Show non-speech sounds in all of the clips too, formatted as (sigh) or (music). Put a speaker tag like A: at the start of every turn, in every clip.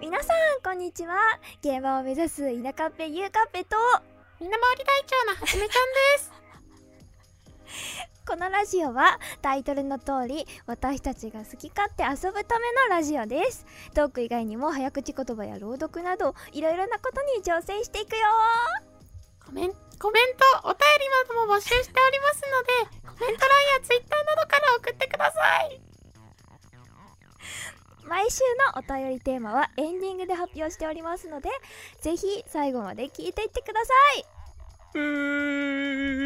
A: 皆さんこんにちは現場を目指す田舎っぺゆうかっぺと
B: みんな回り隊長のはじめちゃんです。
A: このラジオはタイトルの通り私たちが好き勝手遊ぶためのラジオですトーク以外にも早口言葉や朗読などいろいろなことに挑戦していくよ
B: コメンコメント、お便りなども募集しておりますので、コメント欄やツイッターなどから送ってください。
A: 毎週のお便りテーマはエンディングで発表しておりますのでぜひ最後まで聞いていってくださいう
B: ーん。うーん。うー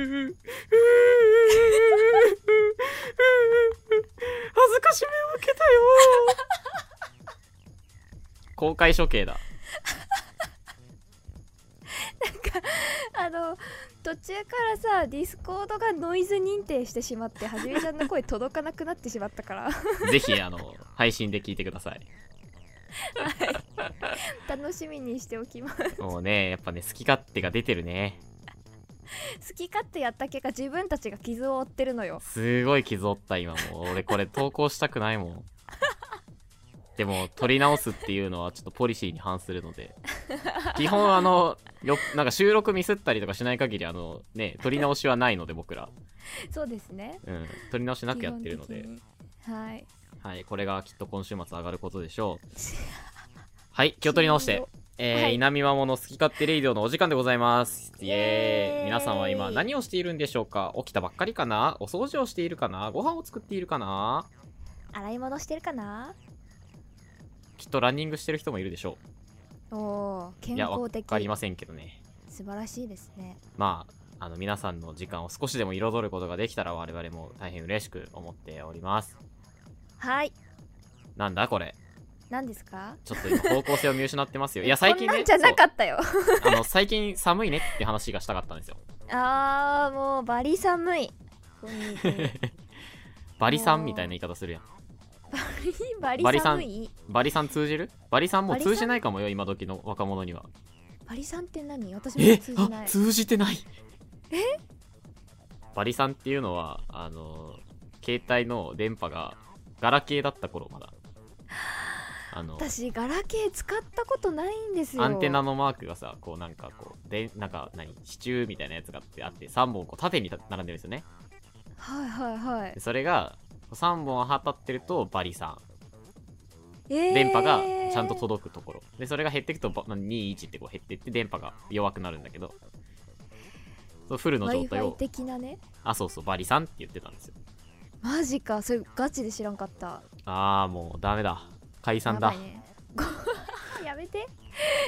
B: ん。うーん。恥ずかしめを受けたよ。
C: 公開処刑だ
A: あの途中からさディスコードがノイズ認定してしまってはじめちゃんの声届かなくなってしまったから
C: ぜひあの配信で聞いてください
A: 楽しみにしておきます
C: もうねやっぱね好き勝手が出てるね
A: (laughs) 好き勝手やった結果自分たちが傷を負ってるのよ
C: すごい傷負った今もう俺これ投稿したくないもんでも撮り直すっていうのはちょっとポリシーに反するので基本あのよなんか収録ミスったりとかしない限りあのね撮り直しはないので僕ら、
A: そうですね
C: うん、撮り直しなくやってるの
A: 基
C: で
A: 本、的にはい
C: はい、これがきっと今週末上がることでしょうはい気を取り直してえー
A: はい
C: 稲見まもの好き勝手レイディオのお時間でございます。イ
A: イ
C: エ
A: エー
C: ー
A: イ
C: イ皆さんは今何をしているんでしょうか起きたばっかりかなお掃除をしているかなご飯を作っているかな
A: 洗い物してるかな
C: きっとランニングしてる人もいるでしょ
A: おおー
C: う。
A: 健
C: いや、わ
A: 康的
C: かりませんけどね。
A: 素晴らしいですね
C: まあ、あの皆さんの時間を少しでも彩ることができたら我々も大変嬉しく思っております。
A: はい
C: なんだこれ。
A: 何ですか
C: ちょっと今方向性を見失ってますよ。いや、最
A: (laughs) こん
C: 近
A: な
C: ね
A: んじ、ゃなかったよ
C: そうあの最近寒いねって話がしたかったんですよ。
A: あーもうバリ寒い本当に
C: バリさんみたいな言い方するやん。
A: (laughs) バリ
C: バ
A: バ
C: リ
A: リ
C: さん
A: 寒い
C: バリさん通じるバリさんもう通じないかもよ今時の若者には
A: バリさんって何私も
C: え
A: 通じな
C: あ
A: い
C: 通じてないバリさんっていうのはあの携帯の電波がガラケーだった頃まだあの
A: 私ガラケー使ったことないんですよ
C: アンテナのマークがさこうなんかこうでなんか何支柱みたいなやつがあってあって3本こう縦にた並んでるんですよね
A: はいはいはい
C: でそれが3本当たってるとバリさん
A: えー
C: 電波がちゃんと届くところでそれが減っていくとば21ってこう減っていって電波が弱くなるんだけどそうフルの状態
A: Wi-Fi
C: を
A: 的なね
C: あそうそうバリさんって言ってたんですよ
A: マジかそれガチで知らんかった
C: ああもうダメだ解散だ、
A: やばいねご (laughs) やめて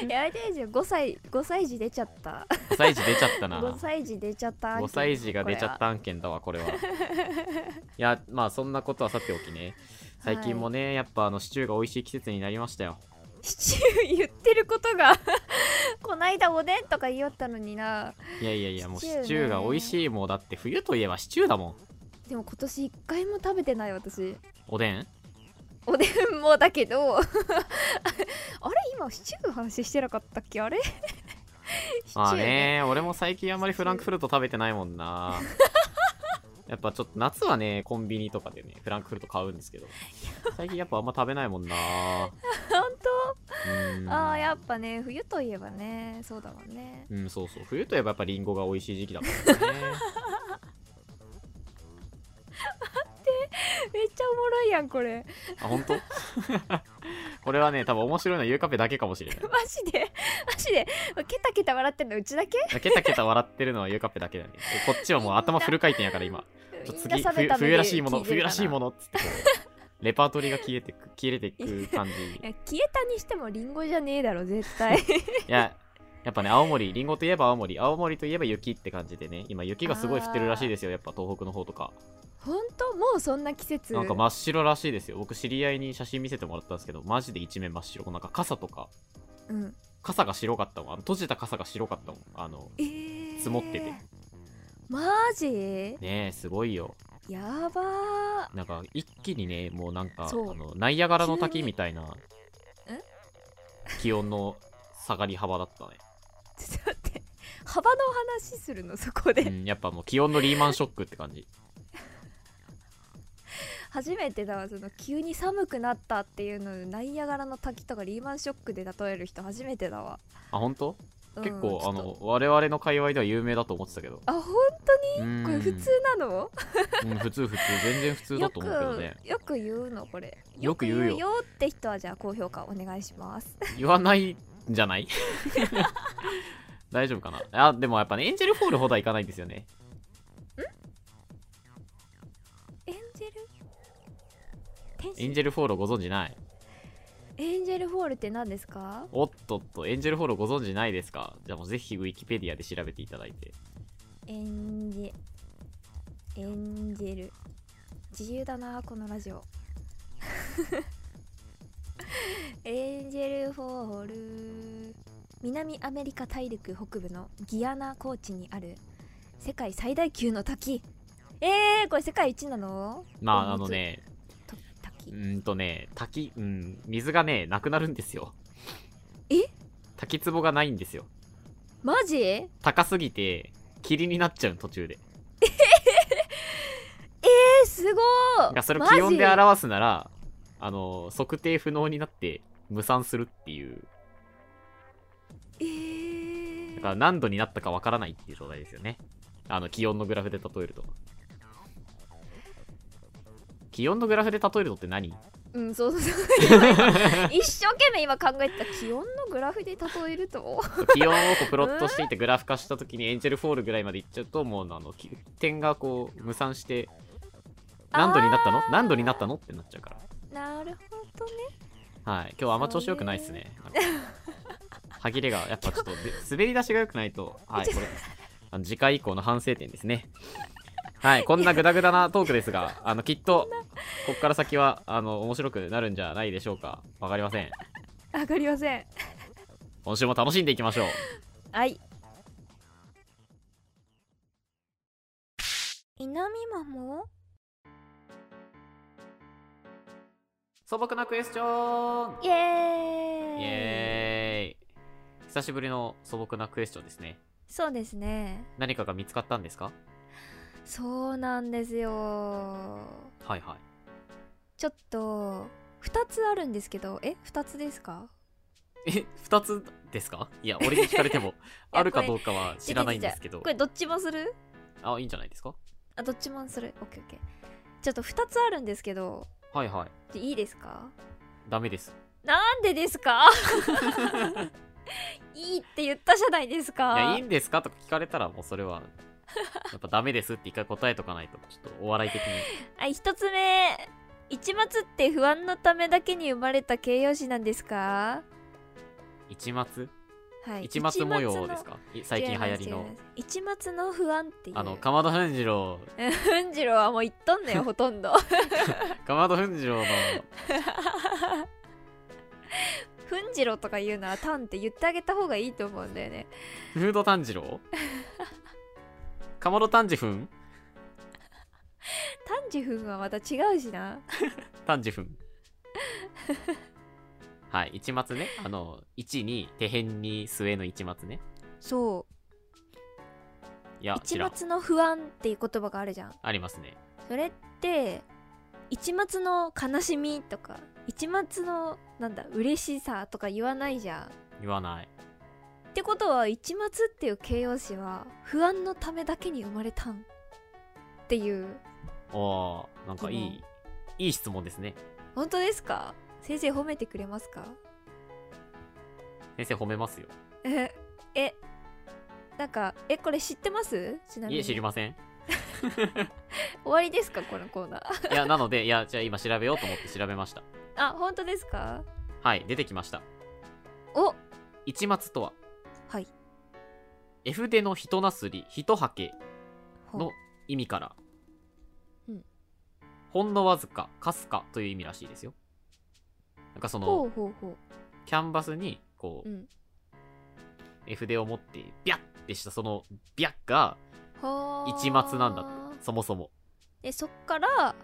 A: やめてですよ5歳5歳児出ちゃった
C: 5歳児出ちゃったな
A: 5歳児出ちゃった
C: 5歳児が出ちゃった案件だわこれ
A: (laughs)
C: はいやまあそんなことはさておきね最近もね、やっぱあのシチューが美味しい季節になりましたよ
A: シチュ (laughs) ー言ってることがこないだおでんとか言いよったのにない
C: やいやいやもう
A: シ
C: シ
A: チューね
C: チューが美味しいもうだって冬といえばシチューだもん
A: でも今年1回も食べてない私
C: おでん
A: おでんもだけど (laughs) あれ今シチューの話してなかったっけあれシチュ
C: まあ
A: ー
C: ね、俺も最近あんまりフランクフルト食べてないも
A: (laughs)
C: んな。やっぱちょっと夏はね、コンビニとかでね、フランクフルト買うんですけど、最近やっぱあんま食べないもんな。
A: 本
C: うん
A: 当ああやっぱね冬といえばねそうだもんね
C: うん、そうそう。冬といえばやっぱリンゴが美味しい時期だからね。
A: めっちゃおもろいやんこれ
C: (laughs) あ、本当 (laughs) これはね、多分面白いのはゆうかぺだけかもしれない。
A: マジで (laughs) マジでケタケタ笑ってんのうちだけ
C: ケタケタ笑ってるのはゆうかぺだけだね。こっちはもう頭フル回転やから今。ちょ
A: み
C: っと次、
A: んな冷め
C: 冬
A: た目で
C: 冬らしいも
A: 聞て
C: の、
A: る
C: 冬
A: から
C: しいも
A: な
C: のっつってこう、レパートリーが消えてく、消えてく
A: (laughs)
C: 感じ
A: い。や消えたにしてもリンゴじゃねえだろ絶
C: (laughs)
A: 対
C: いや、やっぱね、青森、りんごといえば青森、青森といえば雪って感じでね、今、雪がすごい降ってるらしいですよ、やっぱ東北の方とか。
A: ほんともうそんな季節
C: なんか真っ白らしいですよ。僕、知り合いに写真見せてもらったんですけど、マジで一面真っ白。なんか傘とか、
A: うん
C: 傘が白かったもん。あの閉じた傘が白かったもん。あの、
A: えー、
C: 積もってて
A: マジ
C: ねえ、すごいよ。
A: やば
C: なんか、一気にね、もうなんか、あ
A: そう
C: のナイアガラの滝みたいな
A: 急にん、
C: 気温の下がり幅だったね。
A: ーちょっと待って幅の話するのそこで、
C: うん、やっぱもう気温のリーマンショックって感じ。
A: 初めてだわその急に寒くなったっていうのナイアガラの滝とかリーマンショックで例える人初めてだわ、
C: あ本当、
A: うん
C: 結構
A: ちょ
C: あ
A: っと
C: の我々の界隈では有名だと思ってたけど
A: あ本
C: うん
A: 当これ普通なの
C: うん普通普通全然普通だ
A: よ
C: と
A: く
C: 思うけどね
A: よく言うのこれ
C: よく言うよ
A: よって人はじゃあ高評価お願いし
C: (laughs)
A: ます
C: 言わないんじゃない
A: (laughs)
C: 大丈夫かなあでもやっぱねエンジェルフォールほどはいかないんですよね
A: エンジェル天
C: エン
A: 使
C: ジェルフォールご存知ない
A: エンジェルフォールって何ですか
C: おっとっとエンジェルフォールご存知ないですかじゃあもうぜひウィキペディアで調べていただいて
A: エンジェエンジェル自由だなこのラジオ (laughs) エンジェルフォール南アメリカ大陸北部のギアナ高地にある世界最大級の滝えー、これ世界一なの
C: ま
A: お
C: あ
A: 水
C: あのね
A: と滝
C: うーんとね滝うん水がねなくなるんですよ
A: え
C: 滝壺がないんですよ
A: マジえ
C: 高すぎて霧になっちゃうの途中で
A: ー、すごー
C: だからそれを
A: マジ
C: 気温で表すならあの測定不能になって無酸するっていう
A: え
C: だ
A: ー
C: から何度になったかわからないっていう状態ですよね。あの、気温のグラフで例えると。気温のグラフで例えるとって何
A: うん、そうそう
C: (laughs)
A: そう。今一生懸命今考えてた気温のグラフで例えると。
C: 気温をこうプロットしていってグラフ化した時にエンジェルフォールぐらいまでいっちゃうと、もうあの、き点がこう、無算して、何度になったの
A: あー
C: 何度になったのって (laughs) なっちゃうか
A: なるほどね。
C: ら。はい。今日あんま調子良くないっすね。なんか歯切れが、やっぱちょっとで、滑り出しが良くないと、はい、これ、あの次回以降の反省点ですね。はい、こんなグダグダなトークですが、あの、きっと、ここから先は、あの、面白くなるんじゃないでしょうか。わかりません。
A: わかりません。
C: 今週も楽しんでいきましょう。
A: はい。稲見マも
C: 素朴なクエスチョン
A: イエー
C: イ
A: イ
C: エーイ久しぶりの素朴なクエスチョンですね。
A: そうですね。
C: 何かが見つかったんですか
A: そうなんですよ。
C: はいはい。
A: ちょっと、2つあるんですけど、え ?2 つですか
C: え、二つですか (laughs) いや、俺に聞かれても、あるかどうかは知らないんですけど
A: こ。れどっちもする
C: あ、いいんじゃないですか
A: あ、どっちもする。オッケーオッケー。ちょっと2つあるんですけど、
C: はいはい。
A: いいですか
C: ダメです。
A: なんでです (laughs) かいいって言ったじゃないです
C: いや、
A: か
C: いいんですかとか聞かれたら、もうそれ (laughs) は、やっぱダメですって一回答えとかないと、ちょっとお笑い的に。
A: はい一つ目一末って不安のためだけに生まれた形容詞なんですか
C: 一末
A: はい
C: 一末模様です
A: か
C: かい最近流行りの。
A: 一末の不安っていう
C: あの、かまどふんじろう、
A: 文次郎はもう言っとん
C: (laughs)
A: のよほとんど
C: かまどふんじろうの、
A: 文次郎とか言うのはタンって言ってあげた方がいいと思うんだよね
C: フード炭治 (laughs) 郎かまど炭治粉
A: タンジフンはまた違うしな
C: 炭治粉。 (laughs) はい、一末ね。あの、一に、手辺に末の一末ね。
A: そう
C: いや、ち
A: 一
C: らん。
A: 末の不安っていう言葉があるじゃん
C: ありますね。
A: それって一末の悲しみとか一末のなんだ嬉しさとか言わないじゃんっ
C: 言わない。
A: てことは一末っていう形容詞は不安のためだけに生まれたんっていう
C: おー、なんかい
A: で
C: い、いい質問ですね。
A: 本当ですか先生褒めてくれますか
C: 先生褒めますよ。
A: ええなんかえこれ知ってますちなみ
C: い
A: に
C: え、知りません。
A: 終わりですかこのコーナー
C: いや、なので、いや、じゃあ今調べようと思って調べました。
A: あ本当ですか
C: はい、出てきました。
A: お
C: 一末とは、
A: はい
C: 絵筆の人なすり、人はけ
A: ほう
C: の意味から、
A: うん
C: ほんのわずか、かすかという意味らしいですよ。なんかそ
A: ほ
C: の
A: う、ほうほう
C: キャンバスに、こう、
A: うん
C: 絵筆を持って、ビャッってしたその、ビャッが、
A: はあ
C: 一末なんだっそもそも、
A: えそっから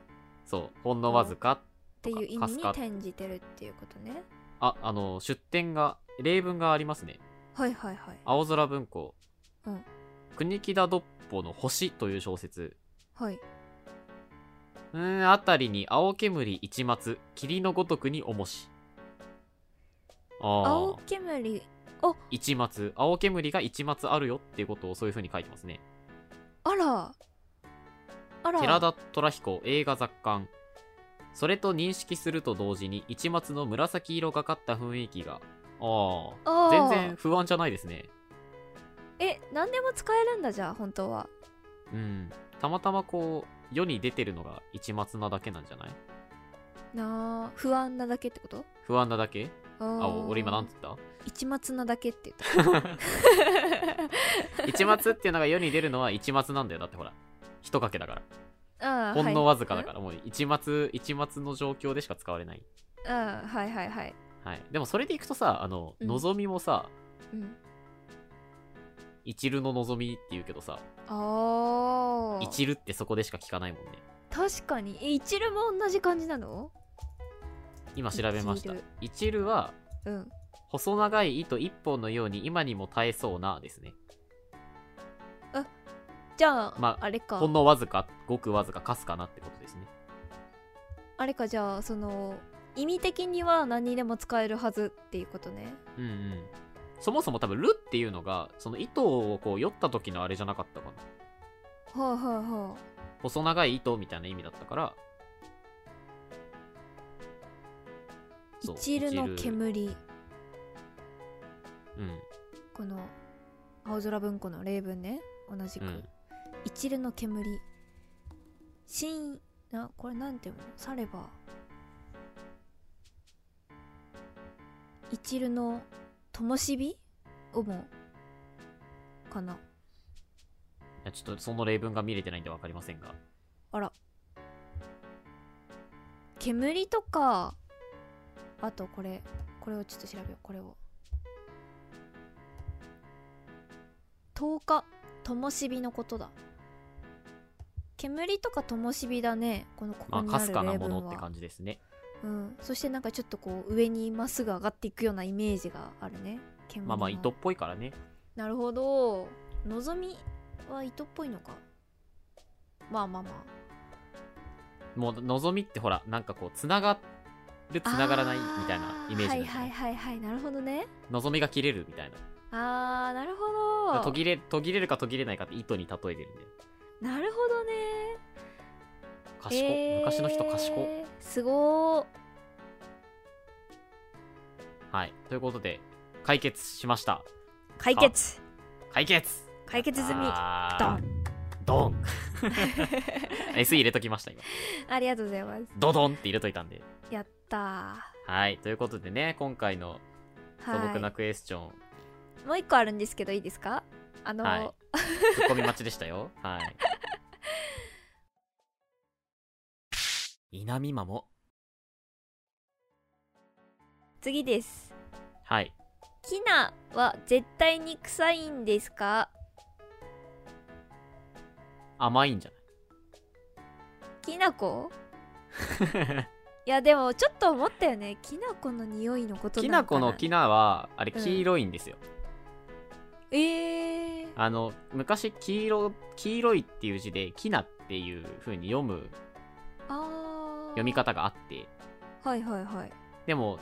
C: そう、ほんのわずか、
A: っていう意
C: か
A: 味
C: す
A: に
C: か
A: 転じてるっていうことね
C: あ、あの、出典が、例文がありますね。
A: はいはいはい
C: 青空文庫、
A: うん
C: 国木田どっぽの星という小説
A: はい
C: うーん、あたりに青煙一末、霧のごとくにおもし。あ
A: 青
C: あ、
A: 煙
C: 一末、青煙が一末あるよっていうことをそういう風に書いてますね。
A: あらあら
C: 寺田虎彦映画雑感それと認識すると同時に一末の紫色がかった雰囲気があ
A: あ
C: あ
A: ー
C: 全然不安じゃないですね
A: え何でも使えるんだじゃあ本当は
C: うんたまたまこう世に出てるのが一末なだけなんじゃない
A: なあ不安なだけってこと
C: 不安なだけ
A: あ
C: あ
A: ー
C: 俺今なんつった
A: 一末なだけって言っ
C: 一末っていうのが世に出るのは一末なんだよだってほら一かけだか
A: たあ
C: ら
A: ー
C: ほんの
A: は
C: わずかだから、もう一末一末の状況でしか使われない、
A: い、うんはいはいはい、
C: はい、でもそれでいくとさあの、
A: うん
C: 望みもさ
A: うん、
C: 一縷の望みっていうけどさ
A: ああ
C: 一縷ってそこでしか聞かないもんね
A: 確かにえ一縷も同じ感じなの
C: 今調べました
A: 一縷
C: 一縷は
A: うん
C: 細長い糸一本のように今にも耐えそうなですね
A: じゃあ、
C: まあ
A: あれか
C: ほんのわずかごくわずかかすかなってことですね
A: あれかじゃあその意味的には何にでも使えるはずっていうことね
C: うんうんそもそも多分「る」っていうのがその糸をこう酔った時のあれじゃなかったかな
A: はあはあは
C: 細長い糸みたいな意味だったから
A: あ
C: そう
A: 一縷の
C: 一縷
A: 煙
C: うん
A: この青空文庫の例文ね同じく、
C: うん
A: 一縷の煙新なこれなんていうのされば一縷の灯火をもかない
C: やちょっとその例文が見れてないんで分かりませんが
A: あら煙とかあとこれこれをちょっと調べようこれを10日灯火のことだ煙とか灯火だねこのこ
C: ま
A: こ
C: あ
A: にあ
C: か
A: る
C: す
A: 例
C: か
A: 文は、
C: なものって感じですね
A: うん、そしてなんかちょっとこう上にまっすぐ上がっていくようなイメージがあるね煙の
C: まあまあ糸っぽいからね
A: なるほど望みは糸っぽいのかまあまあまあ
C: もう望みってほらなんかこうつながるつながらないみたいなイメージ
A: あは
C: なん
A: い
C: じゃな
A: はいいはいはいなるほどね
C: 望みが切れるみたいな
A: あーなるほど
C: 途切れ途切れるか途切れないかって糸に例えてるんで
A: なるほどね
C: 賢、
A: えー
C: 昔の人賢
A: すご
C: はいということで解決しました
A: ー解決
C: 解決
A: 解決済み
C: あ
A: ド
C: ー
A: ン (laughs)
C: ドン SE 入れときました今
A: ありがとうございます
C: ドドンって入れといたんで
A: やったーは
C: はいということでね今回の素朴ないクエスチョン
A: もう一個あるんですけどいいですかあの、
C: はいツッコミ待ちでしたよ
A: (laughs)
C: はい稲見マも
A: 次です
C: はい
A: キナは絶対に臭いんですか
C: 甘いんじゃ
A: きなこ
C: ない
A: いやでもちょっと思ったよねきなこの匂いの (laughs) こと
C: き
A: な
C: な
A: のか
C: こ
A: な
C: のきなはあれ
A: うん
C: 黄色いんですよ、
A: えー、
C: あの昔黄色黄色いっていう字できなっていう風に読む
A: あー
C: 読み方があって
A: はいはいはい
C: でも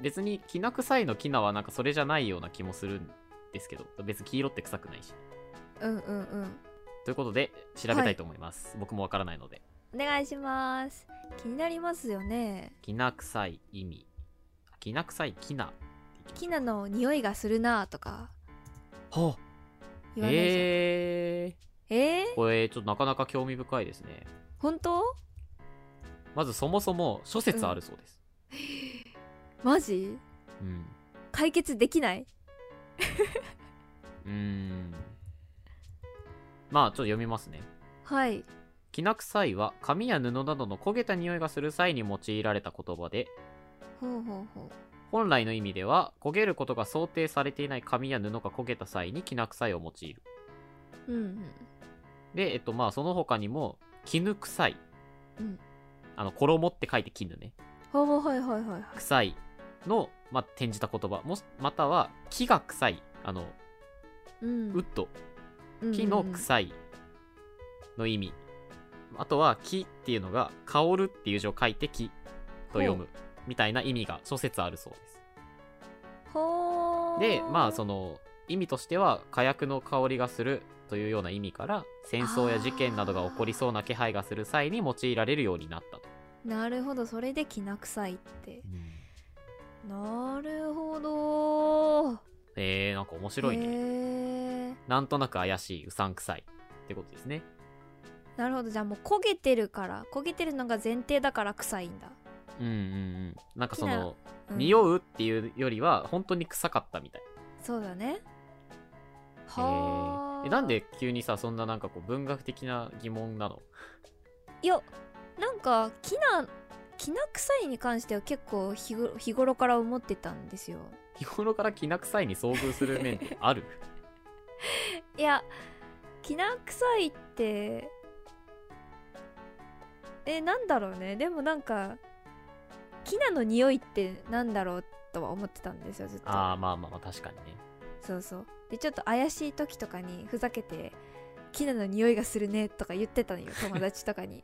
C: 別にきな臭いのきなはなんかそれじゃないような気もするんですけど別に黄色って臭くないし
A: うんうんうん
C: ということで調べたいと思います、僕もわからないので
A: お願いします気になりますよね
C: きな臭い意味きな臭いきなっていきます
A: キナの匂いがするなとか
C: ほう
A: 言わないじゃんえ
C: え
A: ー、
C: ー、これちょっとなかなか興味深いですね
A: 本当
C: まずそもそも諸説あるそうです、
A: マジ
C: うん
A: 解決できないう
C: ーん。まあ、ちょっと読みますね。
A: はい
C: きな臭いは紙や布などの焦げた匂いがする際に用いられた言葉で、
A: ほうほうほ
C: 本来の意味では焦げることが想定されていない紙や布が焦げた際にきな臭いを用いる。
A: ううん
C: で、えっと、まあ、その他にも、絹臭い。
A: うん
C: あの、衣って書いて絹ね。
A: ほうほうはいはいはいはい
C: 臭いの、まあ、転じた言葉。もしまたは、木が臭い。あの、
A: うん
C: ウッド。
A: うん
C: 木の臭いの意味あとは「木」っていうのが「香る」っていう字を書いて「木」と読むみたいな意味が諸説あるそうです
A: ほー
C: でまあその意味としては火薬の香りがするというような意味から戦争や事件などが起こりそうな気配がする際に用いられるようになったと、
A: なるほどそれできな臭いってなるほど
C: えー、なんか面白いね
A: ね
C: なんとなく怪しいうさんくさいってことですね
A: なるほどじゃあもう焦げてるから焦げてるのが前提だから臭いんだ、
C: うんうんうんなんかその
A: うん
C: 匂うっていうよりは本当に臭かったみたい
A: そうだね
C: へ
A: はあ
C: ーえなんで急にさそんななんかこう文学的な疑問なの (laughs)
A: いやなんかきなきな臭いに関しては結構日ご日頃から思ってたんですよ
C: 日頃からきな臭いに遭遇する面って
A: (laughs)
C: ある
A: いやきな臭いってえなんだろうねでもなんかきなの匂いってなんだろうとは思ってたんですよずっと
C: ああまあまあまあ確かにね
A: そうそうでちょっと怪しい時とかにふざけて「キナの匂いがするね」とか言ってたのよ友達とかに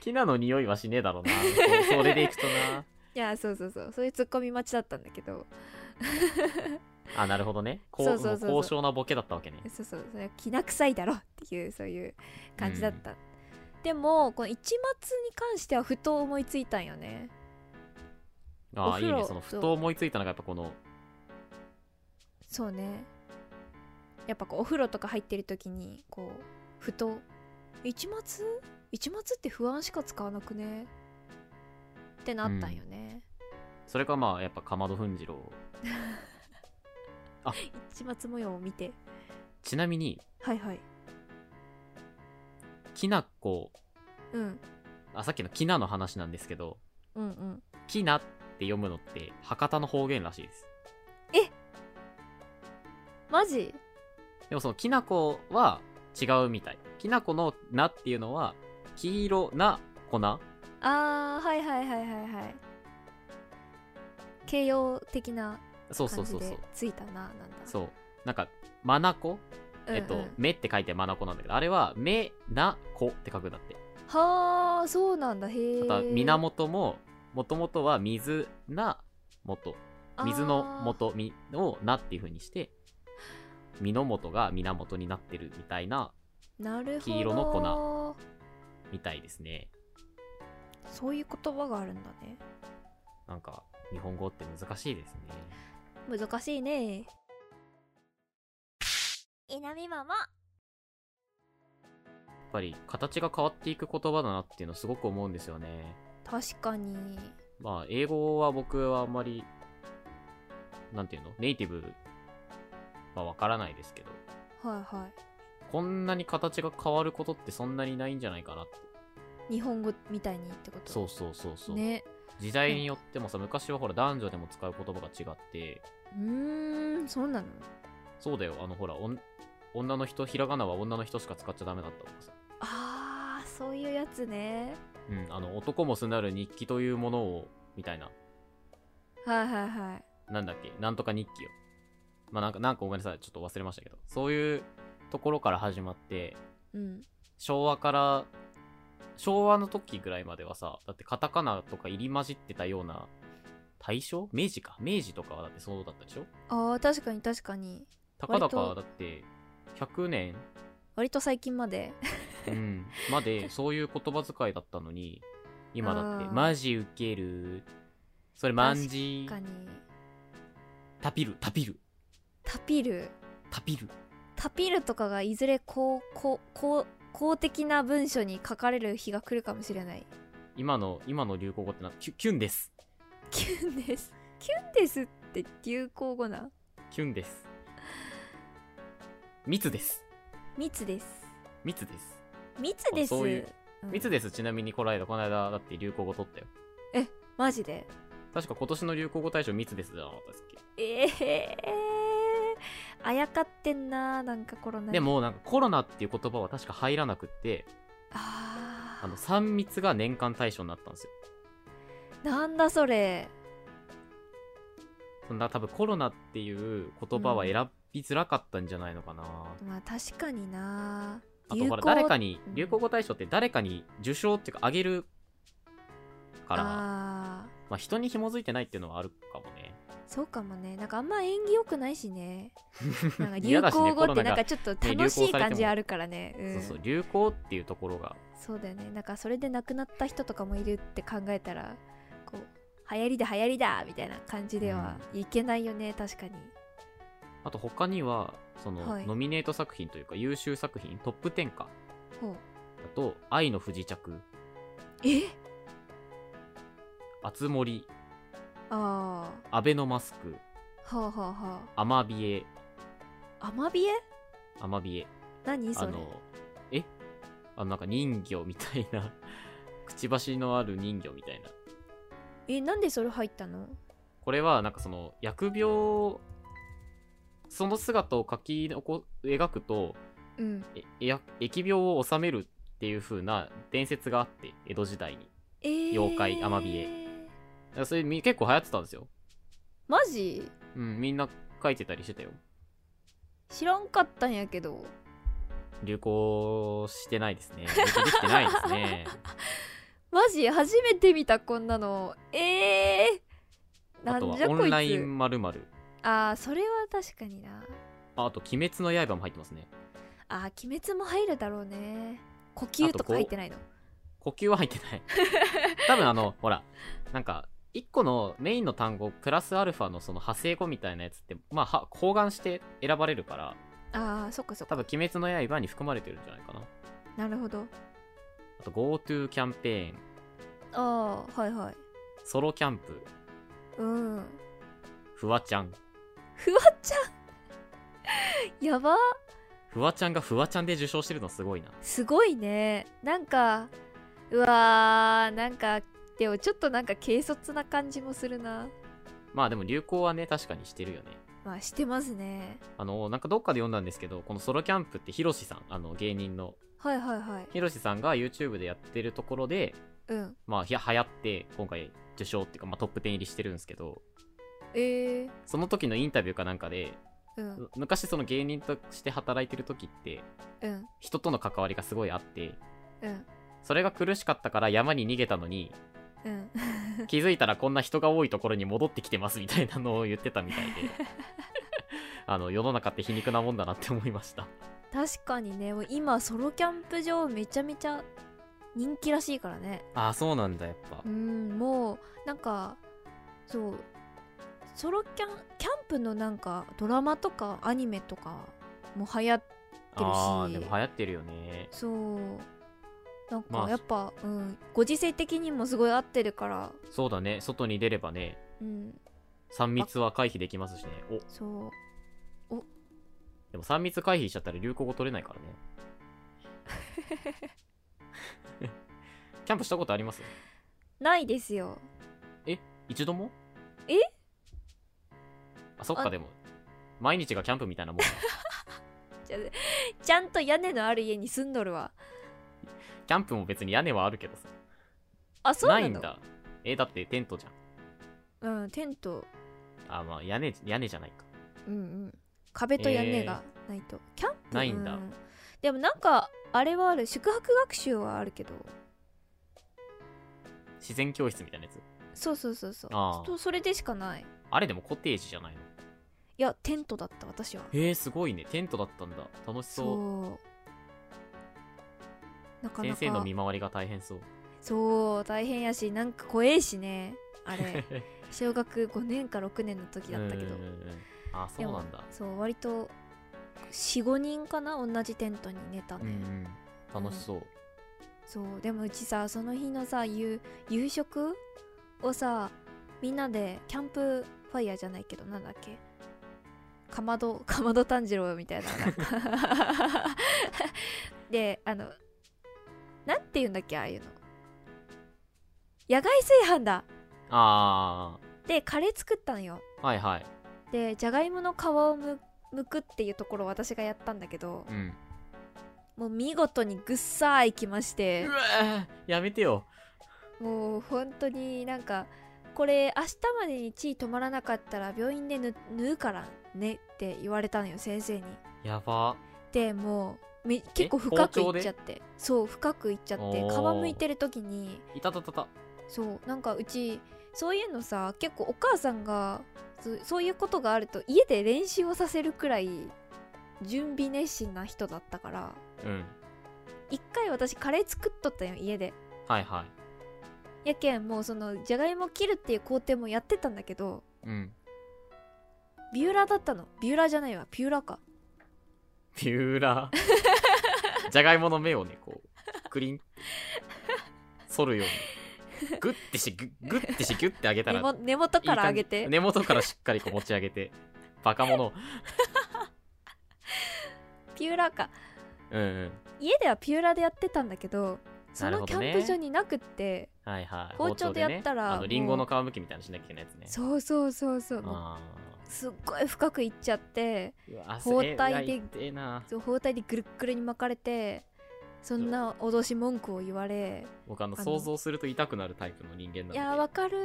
C: きなの匂いはしねえだろうな (laughs) そうそれでいくとない
A: やそうそうそうそういうツッコミ待ちだったんだけど
C: あなるほどねこう
A: そうそうそうそう
C: もう高尚なボケだったわけね
A: そうそうそれはきな臭いだろっていうそういう感じだった、でもこの一末に関してはふと思いついたんよねお
C: ああい
A: 風
C: い
A: 呂
C: ねそのふと思いついたのがやっぱこの
A: そうねやっぱこうお風呂とか入ってる時にこうふと「一末一末って不安しか使わなくね」ってなったんよね、
C: それかまあやっぱかまど文次郎
A: 一末模様を見て
C: ちなみに
A: はいはい
C: きなこ
A: うん
C: あさっきのきなの話なんですけど
A: うんうん
C: きなって読むのって博多の方言らしいです
A: マジ
C: でもそのきなこは違うみたいきなこのなっていうのは黄色な粉
A: あーはいはいはいはいはい形容的な
C: そうそ
A: 感
C: う
A: じ
C: そうそ
A: で
C: う
A: ついたななんだ
C: そうなんかまなこ
A: うんうん
C: えっと、目って書いてまなこなんだけど、あれは、めなこって書くんだって。
A: はあそうなんだへえ
C: また、源も、もともとは水な元。水の元、みをなっていう風にして、源が源になってるみたいな、
A: なるほど
C: 黄色のみたいですね。
A: そういう言葉があるんだね
C: なんか、日本語って難しいですね。
A: 難しいね稲見ママ
C: やっぱり、形が変わっていく言葉だなっていうのすごく思うんですよね。
A: 確かに
C: まあ、英語は僕はあんまり、なんていうのネイティブはわからないですけど、
A: はいは
C: こんなに形が変わることってそんなにないんじゃないかなって。
A: い日本語みたいにってこと
C: そうそうそうそう。
A: ね
C: 時代によってもさ、昔はほら男女でも使う言葉が違って、
A: うーんそうなの
C: そうだよ、あのほら、おん女の人、ひらがなは女の人しか使っちゃダメだったとかさ。
A: あーそういうやつね
C: うん、あの、男もすなる日記というものを、みたいな、
A: はいはいはい
C: なんだっけ、なんとか日記よ。まあなんか、なんかごめんなさい、ちょっと忘れましたけど、そういうところから始まって、
A: うん
C: 昭和から、昭和の時ぐらいまではさ、だってカタカナとか入り混じってたような、大正明治か。明治とかはだってそうだったでしょ
A: あー確かに確かに
C: たかだか
A: 割と
C: だって、100年、
A: 割と最近まで
C: うん、
A: (laughs)
C: までそういう言葉遣いだったのに、今だって
A: あ、ー
C: マジウケる、それマンジ
A: 確、かに
C: タピル、タピル、
A: タピル
C: タピル。
A: タピルとかがいずれこうこうこう公的な文書に書かれる日が来るかもしれない
C: 今の、今の流行語ってな、キュキュンです。
A: キュンですキュンですって流行語な
C: キュンです。密です。
A: 密です
C: 密です。
A: 密です
C: あそういう
A: うん
C: 密です、ちなみにこの間、この間、だって流行語取ったよ。
A: マジで
C: 確か今年の流行語大賞密ですじゃなかったですっけ
A: ええー、あやかってんななんかコロナに
C: でもなんかコロナっていう言葉は確か入らなくって
A: あ
C: あ
A: あ
C: の3密が年間大賞になったんですよ
A: なんだそれ
C: そんな多分コロナっていう言葉は選びづらかったんじゃないのかな、
A: まあ確かにな
C: あとほ
A: 流
C: ら
A: 行
C: 誰かに
A: うん
C: 流行語大賞って誰かに受賞っていうかあげるから
A: あー
C: まあ、人に紐づいてないっていうのはあるかもね
A: そうかもねなんかあんま縁起良くないし
C: (laughs)
A: ねなんか流
C: 嫌だしね
A: 行語って
C: コロナが
A: なんかちょっと楽
C: ね
A: し
C: 流行
A: い
C: されても
A: 感じあるからねうん
C: そうそう流行っていうところが
A: そうだよねなんかそれで亡くなった人とかもいるって考えたらこう流行りだ流行りだみたいな感じではいけないよね、確かに
C: あと他にはその、
A: はい
C: ノミネート作品というか優秀作品トップ10か
A: ほう
C: だと「愛の不時着」
A: え
C: 「あつ森」
A: あ
C: 「アベノマスク」
A: あはあはあは
C: 「アマビエ」
A: あアマビエ
C: 「アマビエ」
A: 何
C: あ
A: それ
C: のえあのなんか人魚みたいな (laughs) くちばしのある人魚みたいな
A: えなんでそれ入ったの
C: これはなんかその疫病その姿を描き残描くと
A: うん
C: ええや疫病を治めるっていう風な伝説があって江戸時代に
A: えー、
C: 妖怪アマビエだからそれみ結構流行ってたんですよ
A: マジ
C: うんみんな書いてたりしてたよ
A: 知らんかったんやけど
C: 流行してないですね流行できてないで
A: (laughs)
C: すね
A: マジ初めて見たこんなのええー、な
C: あと
A: ん
C: は
A: じゃ
C: オ
A: こ
C: ン
A: い
C: ライ
A: つ
C: ンまるまる
A: ああそれは確かにな
C: ああと鬼滅の刃も入ってますね
A: あー鬼滅も入るだろうね呼吸と
C: あとこ
A: か
C: う
A: 入ってないの
C: 呼吸は入っ
A: (laughs)
C: てない多分あのほらなんか一個のメインの単語プラスアルファのその派生語みたいなやつってまあは包含して選ばれるから
A: ああそっかそっ
C: 多
A: か
C: 分鬼滅の刃に含まれてるんじゃないかな
A: なるほど
C: あと GoTo キャンペーン
A: ああはいはい
C: ソロキャンプ
A: うん
C: フワちゃん
A: フワちゃん (laughs) やば
C: フワちゃんがフワちゃんで受賞してるのすごいな
A: すごいねなんかうわーなんかでもちょっとなんか軽率な感じもするな
C: まあでも流行はね確かにしてるよね
A: まあしてますね
C: あのなんかどっかで読んだんですけどこのソロキャンプってヒロシさんあの芸人の
A: はいはいはい
C: ヒロシさんが YouTube でやってるところで
A: うん
C: まあひ流行って今回受賞っていうか、まあ、トップ10入りしてるんですけど
A: ええ
C: その時のインタビューかなんかで
A: うん
C: 昔その芸人として働いてる時って
A: うん
C: 人との関わりがすごいあって
A: うん
C: それが苦しかったから山に逃げたのに
A: うん
C: 気づいたらこんな人が多いところに戻ってきてますみたいなのを言ってたみたいであの世の中って皮肉なもんだなって思いました
A: 確かにねもう今ソロキャンプ場めちゃめちゃ人気らしいからね
C: ああそうなんだやっぱ
A: うんもうなんかそうソロキャンキャンプのなんかドラマとかアニメとかも流行っ
C: ああ
A: 知ってる
C: で
A: し
C: も流行ってるよね
A: そうなん
C: ま
A: か
C: あ
A: やっぱ、うん、ご時世的にもすごい合ってるから
C: そうだね外に出ればね
A: うん
C: 3密は回避できますしねお
A: そう
C: でも3密回避しちゃったら流行語取れな
A: (laughs)
C: いからねキャンプしたことあります
A: ないですよ
C: 一度も
A: え
C: あそっ
A: あ
C: かでも毎日がキャンプみたいなも
A: (laughs)
C: んだ
A: じゃちゃんと屋根のある家に住んどるわ
C: キャンプも別に屋根はあるけどさ
A: あそうな
C: な
A: の
C: いんだえだってテントじゃん
A: うんテント
C: あまあ屋根屋根じゃないか
A: うんうん壁と屋根がないと、キャンプ
C: ないんだ
A: うでもなんかあれはある宿泊学習はあるけど
C: 自然教室みたいなやつ
A: そうそうそうそう
C: あー
A: そそれでしかない
C: あれでもコテージじゃないの
A: いやテントだった私は
C: えー、すごいねテントだったんだ楽しそう
A: なかな
C: 先
A: か
C: 生の見回りが大変そう
A: そう大変やしなんか怖えしねあ
C: (laughs)
A: れ小学5年か6年の時だったけど
C: うんうんうんあそうなんだ
A: そう割と45人かな同じテントに寝た
C: うんん
A: で、
C: うん楽しそう、
A: そうでもうちさその日のさ夕夕食をさみんなでキャンプファイヤーじゃないけどなんだっけかまど (laughs) かまど炭治郎みたいななん
C: (laughs)
A: かであのなんて言うんだっけああいうの野外炊飯だ
C: あ
A: でカレー作ったのよ
C: あはいはい
A: でじゃがいもの皮をむむくっていうところを私がやったんだけど
C: うん
A: もう見事にぐっさーいきまして
C: うわーやめてよ
A: もう本当になんかこれ明日までに血止まらなかったら病院でぬ縫うからねって言われたのよ先生に
C: やば
A: でもうめ結構深くいっちゃってそう深くいっちゃって
C: お
A: 皮
C: ー
A: むいてる時に
C: いたたたた
A: そうなんかうちそういうのさ結構お母さんがそそういうことがあると家で練習をさせるくらい準備熱心な人だったから
C: うん
A: 一回私カレー作っとったんよ家で
C: はいは
A: やけんもうそのじゃがいも切るっていう工程もやってたんだけど
C: いうん
A: ビューラーだったのビューラーじゃないわピューラーか
C: ピュ
A: (laughs)
C: ーラーじゃがいもの芽をねこうクリン反るようにグッてしグッグッてしギュッてあげた
A: 根も
C: ら
A: 根元から上げ
C: いい
A: て
C: 感じ根元からしっかりこう持ち上げてバカ者
A: ピューラーか
C: うんうん
A: 家ではピューラーでやってたんだけどそ
C: なる
A: の
C: ほ
A: キ
C: どね
A: ャンプ場になくって、
C: はいはい
A: 包丁でやったら
C: 包丁でねあ
A: もう
C: のリンゴの皮むきみたいなのしなきゃいけないやつね
A: そうそうそうそうもう
C: あ
A: すっごい深くいっちゃって
C: ーうわ
A: 包帯で
C: 汗えらい痛えな
A: そう包帯でぐるっぐるに巻かれてそんな脅し文句を言われ
C: 僕あの
A: あの
C: 想像すると痛くなるタイプの人間なの
A: い
C: で
A: やーわかる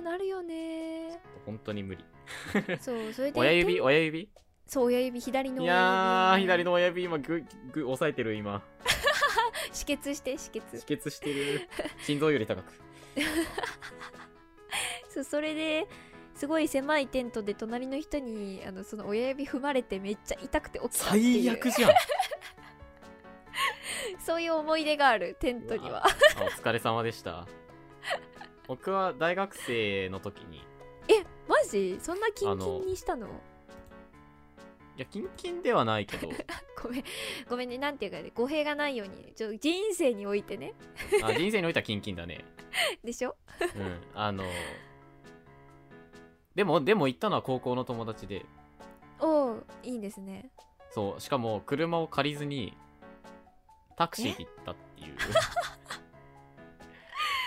A: ーなるよね
C: 本当に無理
A: ーそうそれで
C: 親指親指
A: そう親指左の
C: い
A: 親指
C: やー左の親指今グッグッ押さえてる今
A: 止血して止血
C: 止血し
A: (laughs)
C: てる心臓より高く
A: そうそれですごい狭いテントで隣の人にあのその親指踏まれてめっちゃ痛くて起きたっていう
C: 最悪じゃん
A: そういう思い出があるテントに
C: う
A: は
C: わあお疲れ様でした僕は大学生の時にい
A: えマジそんなキン
C: あ
A: キ
C: の
A: ンにしたの
C: やキンキンではないけど
A: ごめんごめんねなんていうかね語弊がないようにちょ人生においてね
C: あ人生においてはキンキンだね
A: でしょ
C: うんあのでもでも行ったのは高校の友達で
A: おおいいですね
C: そうしかも車を借りずにタクシーで行ったっ
A: (laughs)
C: ていう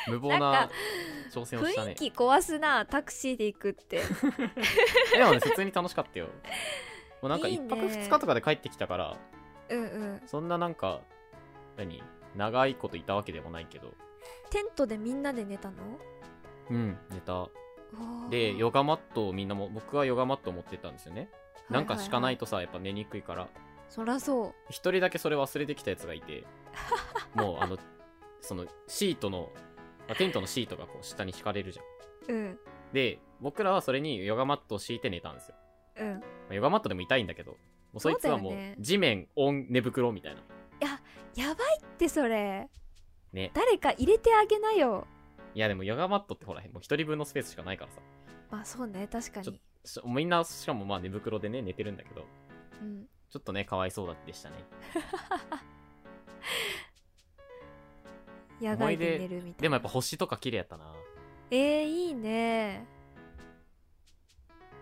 C: 無
A: な
C: 謀なん
A: か
C: 挑戦をした
A: 雰
C: ね
A: 囲気壊すなタクシーで行くって (laughs)
C: でもね普通に楽しかったよもうなんか
A: いい
C: 1
A: ね
C: 泊2日とかで帰ってきたから
A: うんうん
C: そんななんか何長いこといたわけでもないけど
A: テントでみんなで寝たの
C: うん寝た
A: おー
C: でヨガマットをみんなも僕はヨガマットを持ってったんですよね、なんか敷かない
A: と
C: とさやっぱ寝にくいから
A: そらそう
C: 一人だけそれ忘れてきたやつが
A: (laughs)
C: いてもうあのそのシートの、まあテントのシートがこう下に敷かれるじゃん
A: うん
C: で僕らはそれにヨガマットを敷いて寝たんですよ、
A: うん
C: まあヨガマットでも痛いんだけどもうそいつはもう
A: そうだよね
C: 地面オン寝袋みたいな
A: やばいってそれ
C: ね
A: 誰か入れてあげなよ
C: いやでもヨガマットってほらもう一人分のスペースしかないからさ
A: まあそうね確か
C: ちょっ
A: に
C: しみんなしかもまあ寝袋でね寝てるんだけど
A: うん
C: ちょっとねかわいそうだでしたね
A: 野外で寝るみたいな
C: でもやっぱ星とか綺麗やったな
A: えー、いいね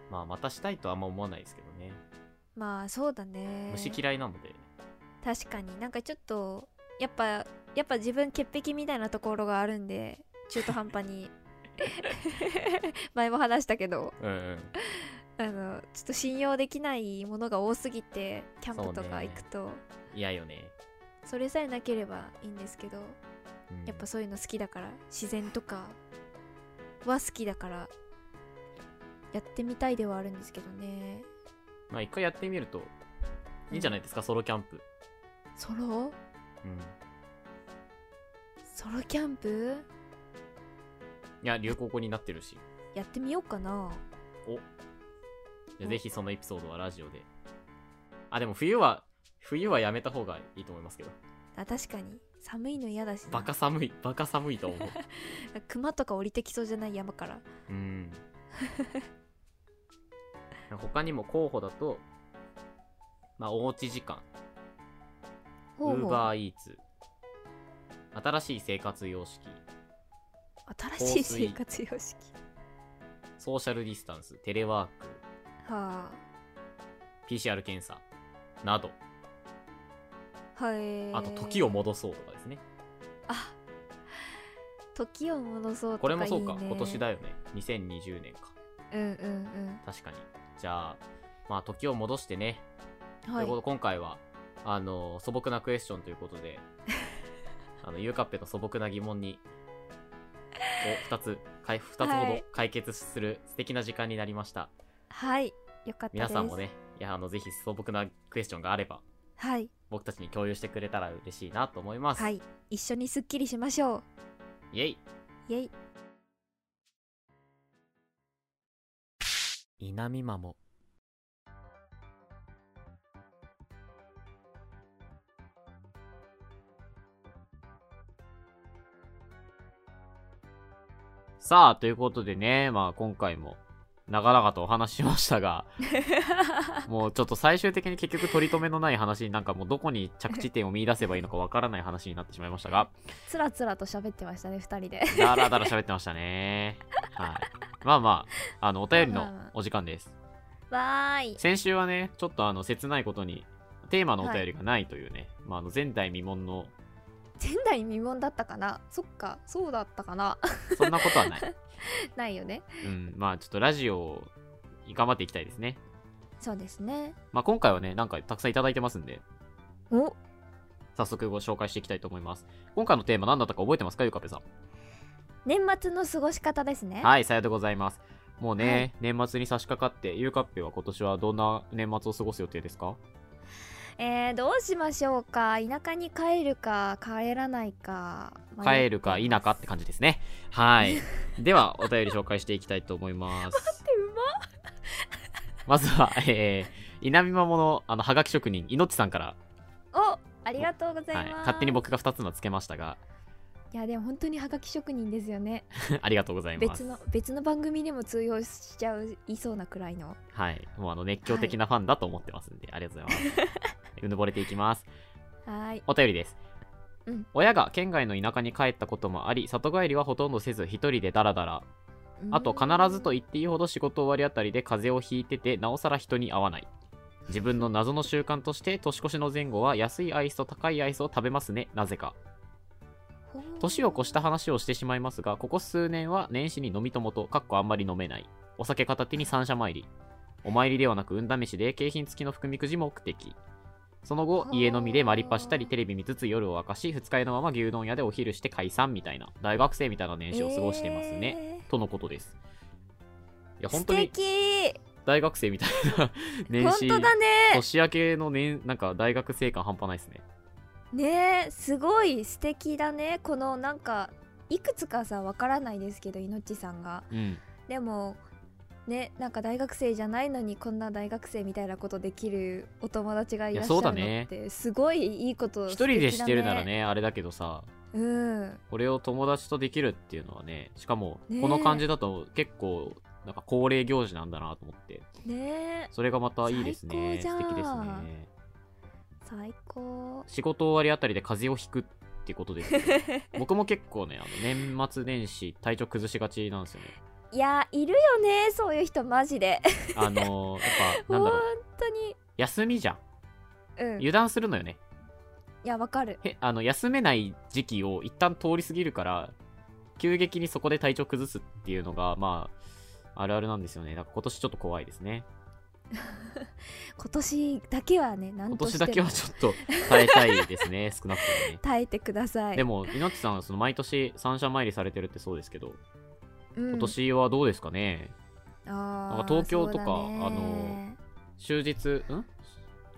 C: まあまたしたいとはあんま思わないですけどね
A: まあそうだね
C: 虫嫌いなので
A: 確かになんかちょっとやっぱやっぱ自分潔癖みたいなところがあるんで中途半端
C: (laughs)
A: に (laughs) 前も話したけど
C: うんうん
A: あのちょっと信用できないものが多すぎてキャンプとか行くとそ,、
C: 嫌よね
A: れさえなければいいんですけど
C: うん
A: やっぱそういうの好きだから自然とかは好きだからやってみたいではあるんですけどね
C: まあ一回やってみるといいんじゃないですか、ソロキャンプ、
A: ソロ
C: うん、
A: ソロキャンプ
C: いや流行語になってるし
A: やってみようかな
C: じゃあぜひそのエピソードはラジオであでも冬は冬はやめた方がいいと思いますけど
A: あ確かに寒いの嫌だしな
C: バカ寒いバカ寒いと
A: (laughs)
C: 思う
A: 熊とか降りてきそうじゃない山から
C: うん他にも候補だとまあおうち時間ウ
A: ほう
C: ー
A: ほう
C: バーイーツ新しい生活様式
A: 新しい生活様式
C: ソーシャルディスタンステレワーク
A: は
C: PCR 検査など
A: あはい
C: あと時を戻そうとかですね、
A: あ時を戻そうとかいい、ね、
C: これもそうか今年だよね2020年か
A: うんうん
C: 確かにじゃあまあ時を戻してね、
A: うんは
C: ということ
A: い
C: で今回はあの素朴なクエスチョンということ
A: (laughs)
C: であのゆうかっぺの素朴な疑問にを2つかい二つほ
A: は
C: ど
A: い
C: 解決する素敵な時間になりました、
A: はいよかったです
C: 皆さんもねいやあのぜひ素朴なクエスチョンがあれば
A: はい
C: 僕たちに共有してくれたら嬉しいなと思います。
A: はい一緒にすっきりしましょう
C: イェイ
A: イエイ
C: 稲見マモさあということでねまあ今回も長々とお話ししました (laughs) がもうちょっと最終的に結局取り留めのない話になんかもうどこに着地点を見出せばいいのかわからない話になってしまいました (laughs) が
A: つらつらと喋ってましたね二人
C: (laughs)
A: で
C: だらだら喋ってましたねはいまあまああのお便りのお時間です
A: わーい
C: 先週はねちょっとあの切ないことにテーマのお便りがないというね、まあ、あの前代未聞の
A: 前代未聞だったかなそっかそうだったかな (laughs)
C: そんなことはない、
A: ないよね
C: うん、まあちょっとラジオを頑張っていきたいですね、
A: そうですね
C: まあ、今回はねなんかたくさんいただいてますんで
A: お
C: 早速ご紹介していきたいと思います今回のテーマ何だったか覚えてますかゆかぺさん
A: 年末の過ごし方ですね
C: はいさようでございますもうね、年末に差し掛かってゆかっぺは今年はどんな年末を過ごす予定ですか
A: えー、どうしましょうか田舎に帰るか帰らないか
C: 帰るか否かって感じですねはいではお便り紹介していきたいと思います
A: てうま
C: まずは、 (laughs) えー、稲見まもの、あの、はがき職人、いのっちさんから、
A: おありがとうござい
C: は
A: ま
C: い
A: す、、
C: 勝手に僕が2つのつけましたが、 (laughs)
A: いやでも本当にハガキ職人ですよね
C: ありがとうございます。
A: 別の別の番組でも通用しちゃういそうなくらいの
C: はい、もうあの、熱狂的なファンだと思ってますんで、ありがとうございます。うぬぼれていきます。
A: はーい
C: お便りです。
A: うん
C: 親が県外の田舎に帰ったこともあり里帰りはほとんどせず一人でダラダラあと必ずと
A: い
C: 言っていいほど仕事終わりあたりで風邪をひいててなおさら人に会わない自分の謎の習慣として年越しの前後は安いアイスと高いアイスを食べますねなぜか年を越した話をしてしまいますがここ数年は年始に飲み友とかっこあんまり飲めないお酒片手に三社参りお参りではなく運試しで景品付きの福みくじ目的その後
A: ほう
C: 家飲みでマリパしたりテレビ見つつ夜を明かし二日酔いのまま牛丼屋でお昼して解散みたいな大学生みたいな年始を過ごしてますね、、とのことですいや
A: えー、
C: 本
A: 素
C: 当に
A: 敵
C: 大学生みたいな年
A: 本
C: 始
A: 当だね
C: 年明けの年なんか大学生感半端ないですね
A: ねえすごい素敵だねこのなんかいくつかさわからないですけどいのっちさんが
C: うん
A: でもねなんか大学生じゃないのにこんな大学生みたいなことできるお友達がいらっしゃるのっ
C: いやそう
A: てすごいいいこと
C: 一人でしてるならねあれだけどさ
A: うん
C: これを友達とできるっていうのはねしかも
A: ねえ
C: この感じだと結構なんか恒例行事なんだなと思って
A: ねえ
C: それがまたいいですね
A: 最高じゃん
C: 素敵ですね
A: 最高
C: 仕事終わりあたりで風邪をひくってことで
A: (laughs)
C: すよ僕も結構ねあの年末年始体調崩しがちなんですよね
A: いやいるよねそういう人マジで
C: あのーや
A: (laughs)
C: っぱなん
A: 本
C: だろう
A: 当に
C: 休みじゃん
A: うんい
C: 油断するのよね
A: やわかる
C: へあの休めない時期を一旦通り過ぎるから急激にそこで体調崩すっていうのがまああるあるなんですよねだから今年ちょっと怖いですね
A: 今年だけはねなん
C: 今
A: とし
C: 年
A: ても
C: だけはちょっと耐えたいですね (laughs) 少なくともね
A: 耐えてください
C: でもいのっちさんはその毎年三社参りされてるってそうですけど
A: うん
C: 今年はどうですかね、
A: あ
C: なん
A: ー
C: か東京とか
A: そうだね
C: あの終日ん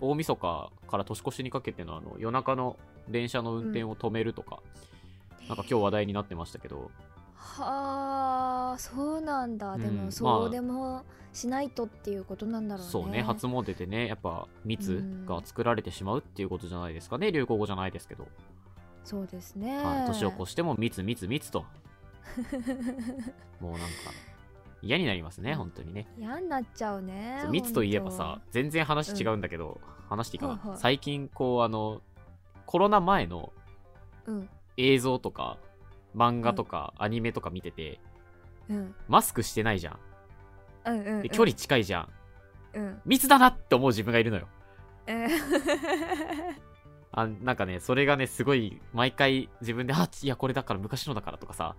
C: 大晦日から年越しにかけてのあの夜中の電車の運転を止めるとか、なんか今日話題になってましたけど
A: はあそうなんだ、で
C: う
A: も
C: ん
A: そ
C: まあ
A: うでもしないとっていうことなんだろうね
C: そうね初詣でねやっぱ密が作られてしまうっていうことじゃないですかね、流行語じゃないですけど、
A: そうですね、
C: はい、年を越しても密密密ともうなんか嫌になりますね本当にね
A: (laughs) 嫌になっちゃうね
C: そう密といえばさ全然話違うんだけど、話していいかな、
A: はいはい
C: 最近こうあのコロナ前の
A: ほんと
C: 映像とか漫画とかアニメとか見てて、
A: うんうん
C: マスクしてないじゃん
A: うんうんうん
C: で距離近いじゃん
A: うん (laughs)
C: 密だなって思う自分がいるのよ
A: うん
C: あなんかねそれがねすごい毎回自分で「あいやこれだから昔のだから」とかさ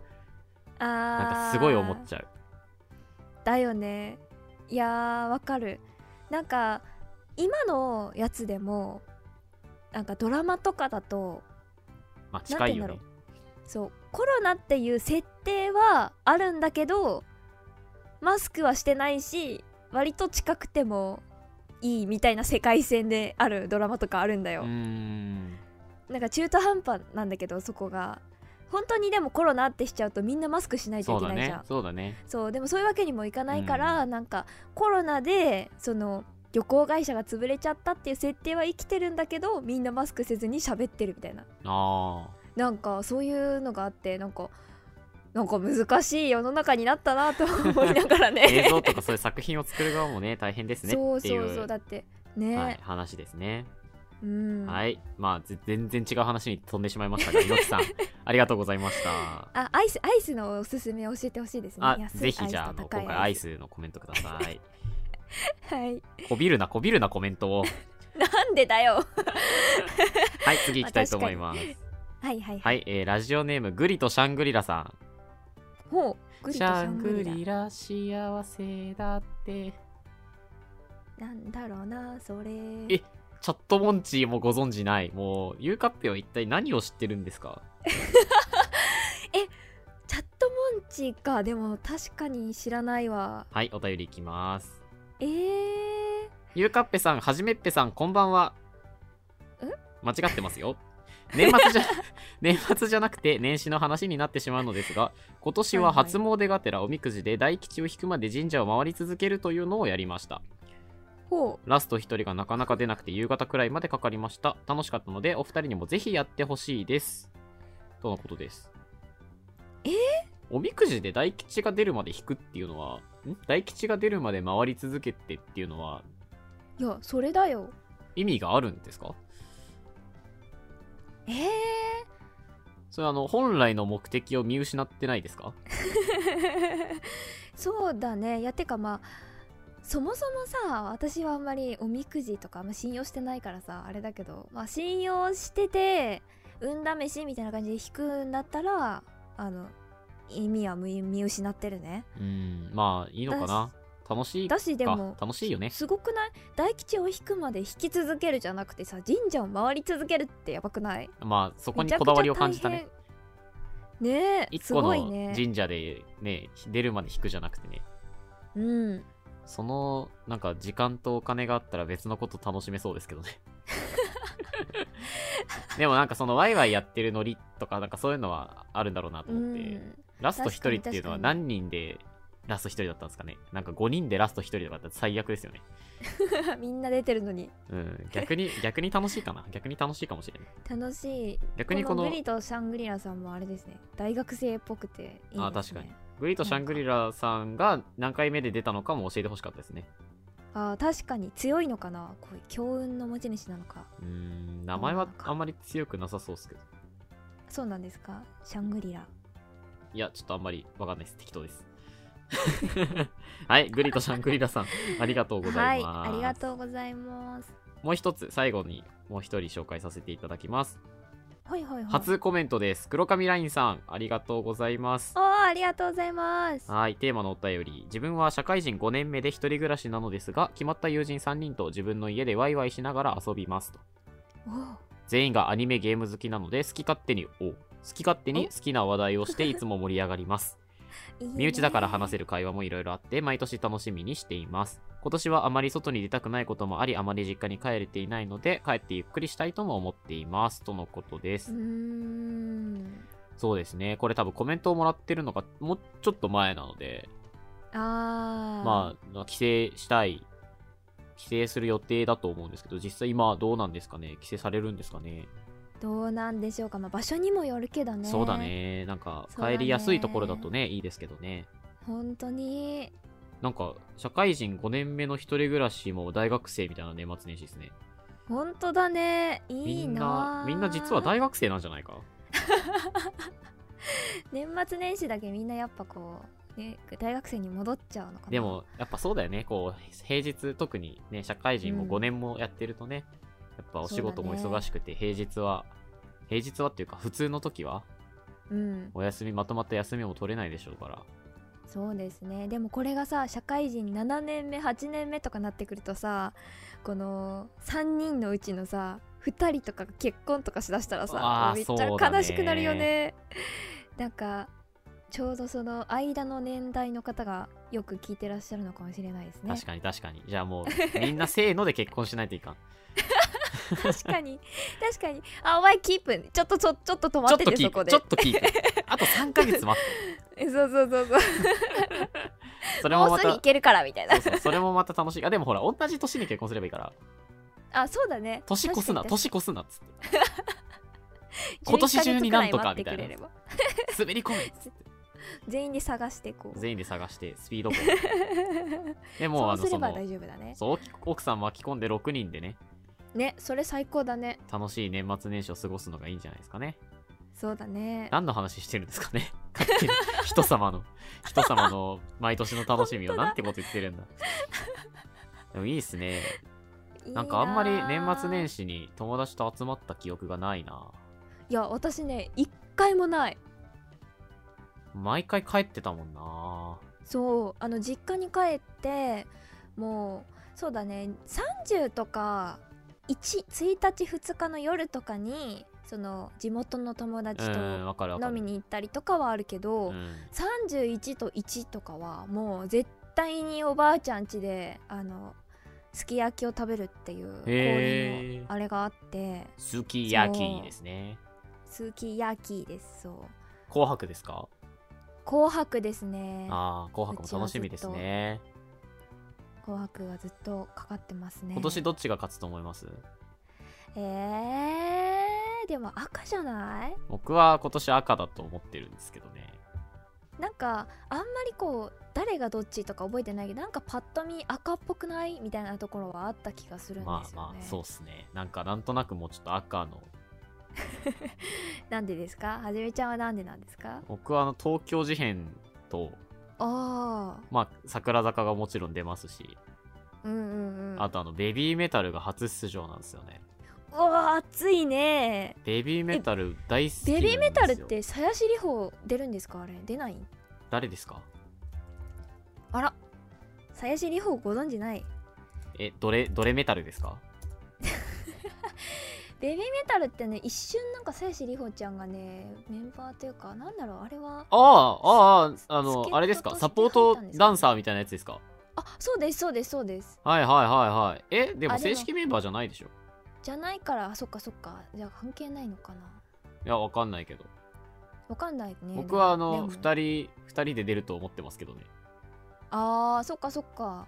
A: あー
C: なんかすごい思っちゃう
A: だよねいやーわかるなんか今のやつでもなんかドラマとかだと
C: まあ近いよ
A: なん
C: ね
A: てそうコロナっていう設定はあるんだけどマスクはしてないし割と近くてもいいみたいな世界線であるドラマとかあるんだよ
C: うー、ん
A: なんか中途半端なんだけどそこが本当にでもコロナってしちゃうとみんなマスクしないと
C: そ
A: いうけ
C: だ
A: ないじ
C: ね
A: ゃん
C: そうだね
A: そうでもそういうわけにもいかないから、なんかコロナでその旅行会社が潰れちゃったっていう設定は生きてるんだけどみんなマスクせずに喋ってるみたいな
C: あ
A: なんかそういうのがあってなんかなんか難しい世の中になったなと (laughs) 思いながら
C: あ映
A: ね
C: 像とかそういう作品を作る側もね大変ですね
A: そう
C: ってい
A: そううそうだってね、
C: はい、話ですね、
A: うん、
C: はいまあぜ全然違う話に飛んでしまい
A: (laughs)
C: ましたが猪木さんありがとうございました
A: あアイスアイスのおすすめ教えてほしいですね
C: あ
A: 安い
C: ぜひ
A: アイス
C: じ
A: と
C: ゃああの
A: 高い
C: 今回アイスのコメントください
A: (laughs) はい
C: こびるなこ (laughs) びるなコメントを
A: なんでだよ
C: はい次行きたいと思います
A: はいはい
C: はい、えーラジオネームグリとシャングリラさん
A: ほうグリ
C: シ
A: とシ
C: ャ
A: ャ
C: ン
A: ン
C: グ
A: グリ
C: リラ幸せだって
A: ラなんだろうなそれ
C: えチャットモンチーもご存じないもうゆうかっぺは一体何を知ってるんですか
A: チャットモンチーかでも確かに知らないわ
C: はいお便りいきます
A: えー、
C: ゆうかっぺさんはじめっぺさんこんばんは
A: ん
C: 間違ってますよ (laughs) 年末じゃ (laughs) 年末じゃなくて年始の話になってしまうのですが今年は初詣がてらおみくじで大吉を引くまで神社を回り続けるというのをやりました
A: ほ
C: ラスト1人がなかなか出なくて夕方くらいまでかかりました。楽しかったので、お二人にもぜひやってほしいです。とのことです。
A: えー
C: おみくじで大吉が出るまで引くっていうのは、ん大吉が出るまで回り続けてっていうのは、
A: ういやそれだよ
C: 意味があるんですか
A: えー、
C: それあの、本来の目的を見失ってないですか
A: (laughs) そうだねいやてかまあそもそもさ私はあんまりおみくじとかあんま信用してないからさあれだけど、まあ、信用してて運試しみたいな感じで引くんだったらあの意味は見見失ってるね
C: うーん、まあ、いいのかな楽しいか
A: だ。しでも
C: 楽しいよね。
A: すごくない大吉を引くまで引き続けるじゃなくてさ神社を回り続けるってやばくない
C: まあ、そ
A: そ
C: こにこだわりを感じたね。
A: ねえ
C: 一
A: す
C: 個
A: ごい
C: の
A: ね
C: 神社でね、出るまで引くじゃなくてね。
A: うん
C: そのなんか時間とお金があったら別のこと楽しめそうですけどね
A: (laughs)
C: でもなんかそのワイワイやってるノリとかなんかそういうのはあるんだろうなと
A: う
C: 思って、
A: ん (laughs)
C: ラスト1人っていうの
A: 確かに確
C: は
A: かに
C: 何人でラスト1人だったんですかねなんか5人でラスト1人とかだったら最悪ですよね
A: みんな出てるのに
C: うん逆
A: (laughs)
C: に逆に楽しいかな逆に楽しいかもしれない
A: 楽しい
C: 逆にこの
A: グリとシャングリラさんもあれですね大学生っぽくていいです、ね、
C: あ確かにグリとシャングリラさんが何回目で出たのかも教えてほしかったですね
A: あ確かに強いのかなこういう強運の持ち主なのか
C: うーん名前はあんまり強くなさそうですけど
A: そうなんですかシャングリラ
C: いや、ちょっとあんまりわかんないです。適当です。 (laughs) はい、グリとシャングリラさん、ありがとうございま
A: は
C: す。
A: いありがとうございます
C: もう一つ、最後にもう一人紹介させていただきます。
A: はいはいはい
C: 初コメントです。黒髪ラインさん、ありがとうございます
A: お。ーありがとうございます
C: はい、テーマのお便り。自分は社会人5年目で一人暮らしなのですが、決まった友人3人と自分の家でワイワイしながら遊びますと。
A: おー
C: 全員がアニメゲーム好きなので、好き勝手に、お好き勝手に好きな話題をしていつも盛り上がります。
A: いいね
C: 身内だから話せる会話もいろいろあって毎年楽しみにしています今年はあまり外に出たくないこともありあまり実家に帰れていないので帰ってゆっくりしたいとも思っていますとのことで
A: う
C: す、
A: ーん
C: そうですねこれ多分コメントをもらってるのがもうちょっと前なので
A: あー
C: まあ帰省したい帰省する予定だと思うんですけど実際今どうなんですかね帰省されるんですかね
A: どうなんでしょうか、まあ、場所にもよるけどね
C: そうだねなんか
A: そうだね
C: 帰りやすいところだとねいいですけどね
A: 本当に
C: なんか社会人5年目の一人暮らしも大学生みたいな年末年始ですね
A: 本当だねい
C: み
A: い
C: ん
A: な
C: な
A: あ
C: みんな実は大学生なんじゃないか
A: 年末年始だけみんなやっぱこう、ね、大学生に戻っちゃうのかな
C: でもやっぱそうだよねこう平日特にね社会人も
A: うん
C: 5年もやってるとね、やっぱお仕事も
A: そうだね
C: 忙しくて、平日は平日はっていうか普通の時は
A: うん
C: お休みまとまった休みも取れないでしょうから
A: そうですねでもこれがさ社会人7年目8年目とかなってくるとさこの3人のうちのさ2人とかが結婚とかしだしたら
C: あ
A: さ
C: ー
A: めっち
C: そう
A: ゃ
C: だね
A: 悲しくなるよねなんかちょうどその間の年代の方がよく聞いてらっしゃるのかもしれないですね
C: 確かに確かにじゃあも
A: (laughs)
C: うみんなせーので結婚しないといかん
A: 確かに確かにあお前キープちょっとちょちょっと止ま
C: ちょ
A: っ
C: ってと
A: て
C: キ
A: そ
C: ー
A: こ
C: プ
A: で
C: ちょっとキープ
A: (laughs)
C: あと3ヶ月待って
A: えそうそうそうそう
C: それも
A: もう
C: ます
A: ぐ
C: た
A: 行けるからみたいな
C: そうそうそれもまた楽しいあでもほら同じ年に結婚すればいいから
A: あそうだね
C: 年越すな
A: 確か
C: 年越すなっつっ
A: に
C: 今年中になんと
A: 11
C: か
A: ヶ月くら待ってくれれば
C: て滑り込
A: (laughs)
C: めっつって
A: 全員で探してこう
C: 全員で探してスピードボ
A: (laughs)
C: でもう
A: そ
C: あ
A: う
C: の
A: すれ
C: そ
A: ば
C: の
A: 大丈夫だね
C: そう奥さん巻き込んで6人でね
A: ねそれ最高だね
C: 楽しい年末年始を過ごすのがいいんじゃないですかね
A: そうだね
C: 何の話してるんですかね (laughs) 勝手に人様の人様の毎年の楽しみをなんてこと言ってるん
A: (laughs)
C: だでもいいっすねなんかあんまり年末年
A: 始
C: 始に友達と集まった記憶がないない
A: や私ね一回もない
C: 毎回帰ってたもんな
A: そうあの実家に帰ってもうそうだね30とか 1, 1日2日の夜とかにその地元の友達
C: う
A: と
C: んわかるわか
A: 飲み
C: る
A: に行ったりとかはあるけど、
C: うん
A: 31と1とかはもう絶対におばあちゃん家であのすき焼きを食べるっていう
C: へー
A: 氷のあれがあって
C: すき焼きですね
A: すき焼きですそう
C: 紅白ですか
A: 紅白ですね
C: ああ紅白も楽しみですね
A: 紅白がずっとかかってますね
C: 今年どっちが勝つと思います
A: えー、でも赤じゃない
C: 僕は今年赤だと思ってるんですけどね
A: なんかあんまりこう誰がどっちとか覚えてないけどなんかパッと見赤っぽくないみたいなところはあった気がするんですよね
C: まあまあそうっすねなんかなんとなくもうちょっと赤の
A: なんでですかはじめちゃんはなんでなんですか
C: 僕はあの東京事変と
A: あ
C: まあ桜坂がもちろん出ますし、
A: あうんうんうん
C: あとあのベビーメタルが初出場なんですよね
A: うわ暑いね
C: ベビーメタル大好きな
A: ベ
C: んです
A: ビ
C: よ
A: ーメタルって鞘師里穂出るんですかあれ出ない
C: 誰ですか
A: あら鞘師里穂ご存じない
C: えどれどれメタルですか
A: ベビーメタルってね一瞬なんか鞘師里穂ちゃんがねメンバーというかなんだろうあれは
C: あああああ
A: 助っ
C: の
A: 人と
C: あれですか
A: して
C: サポー
A: 入っ
C: ト
A: たんですか
C: ダンサーみたいなやつですか
A: あそうですそうですそうです
C: はいはいはいはいえで
A: あ
C: も
A: でも
C: 正式メンバーじゃないでしょ
A: じゃないからあそっかそっかじゃあ関係ないのかない
C: やわかんないけど
A: わかんないね
C: 僕はあの2
A: でも
C: 人2人で出ると思ってますけどね、
A: あーそっかそっか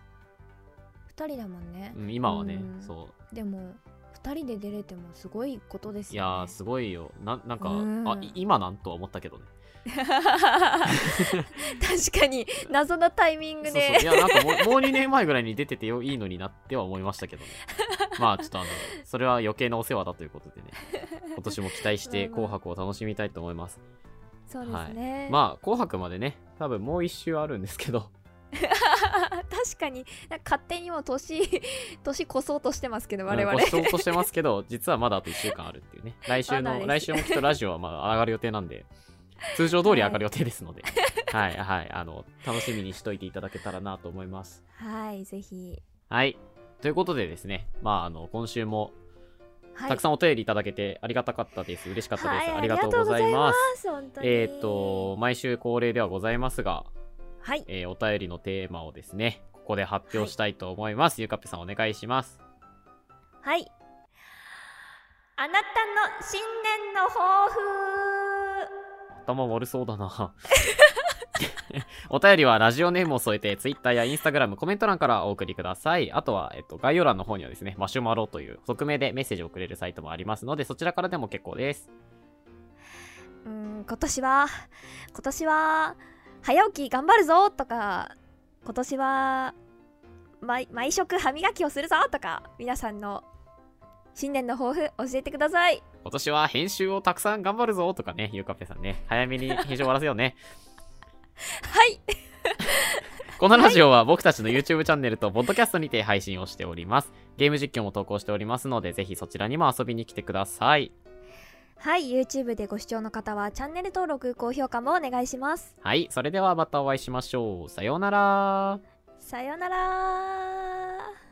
A: 2人だもんね、
C: うん、今はね
A: うん
C: そう
A: でも2人で出れてもすごいことです
C: いやー
A: よね
C: すごいよななんか、
A: うん
C: あい今なんとは思ったけどね
A: 確かに謎のタイミン
C: そ
A: グ
C: うそう
A: で
C: いやなんかもうもう2年前ぐらいに出ててよいいのになっては思いました
A: (laughs)
C: けどねまあちょっとあのそれは余計なお世話だということでね今年も期待
A: (laughs)
C: して「
A: まあま
C: 紅
A: あ
C: 白」を楽しみたいと思います
A: そうですね、
C: まあ「紅白」までね多分もう1周あるんですけど
A: 確かになんか勝手にもう年 (laughs) 年越そうとしてますけど我
C: うん
A: 々
C: ご視聴としてますけど実はまだあと1週間あるっていうね来週
A: まだで
C: の
A: す
C: 来週もきっとラジオはまあ上がる予定なんで通常通り上がる予定ですので、はい、はいあの楽しみにしといていただけたらなと思います
A: はいぜひ
C: はい。ということでですね、まあ、あの、今週も
A: はい
C: たくさんお便りいただけてありがたかったです。嬉しかったです。
A: はい
C: ありがとうございます。
A: す本当に
C: えっ、と、毎週恒例ではございますが、
A: はい
C: えーお便りのテーマをですね、ここで発表したいと思います。ゆかっぺさんお願いします。
A: はいあなたの新年の抱負
C: 頭悪そうだ (laughs) な。お便りはラジオネームを添えて、Twitter や Instagram、コメント欄からお送りください。あとは、えっと、概要欄の方にはですね、マシュマロという匿名でメッセージを送れるサイトもありますので、そちらからでも結構です。
A: うーん今年は今年は早起き頑張るぞとか今年は毎毎食歯磨きをするぞとか皆さんの新年の抱負教えてください
C: 今年は編集をたくさん頑張るぞとかね、ゆうかっぺさんね、早めに編集終わらせようね。
A: はい
C: このラジオは僕たちの YouTube チャンネルと、ポッドキャストにて配信をしております。ゲーム実況も投稿しておりますので、ぜひそちらにも遊びに来てください。
A: はい YouTube でご視聴の方はチャンネル登録高評価もお願いします
C: はい、それではまたお会いしましょう。さようなら。
A: さようなら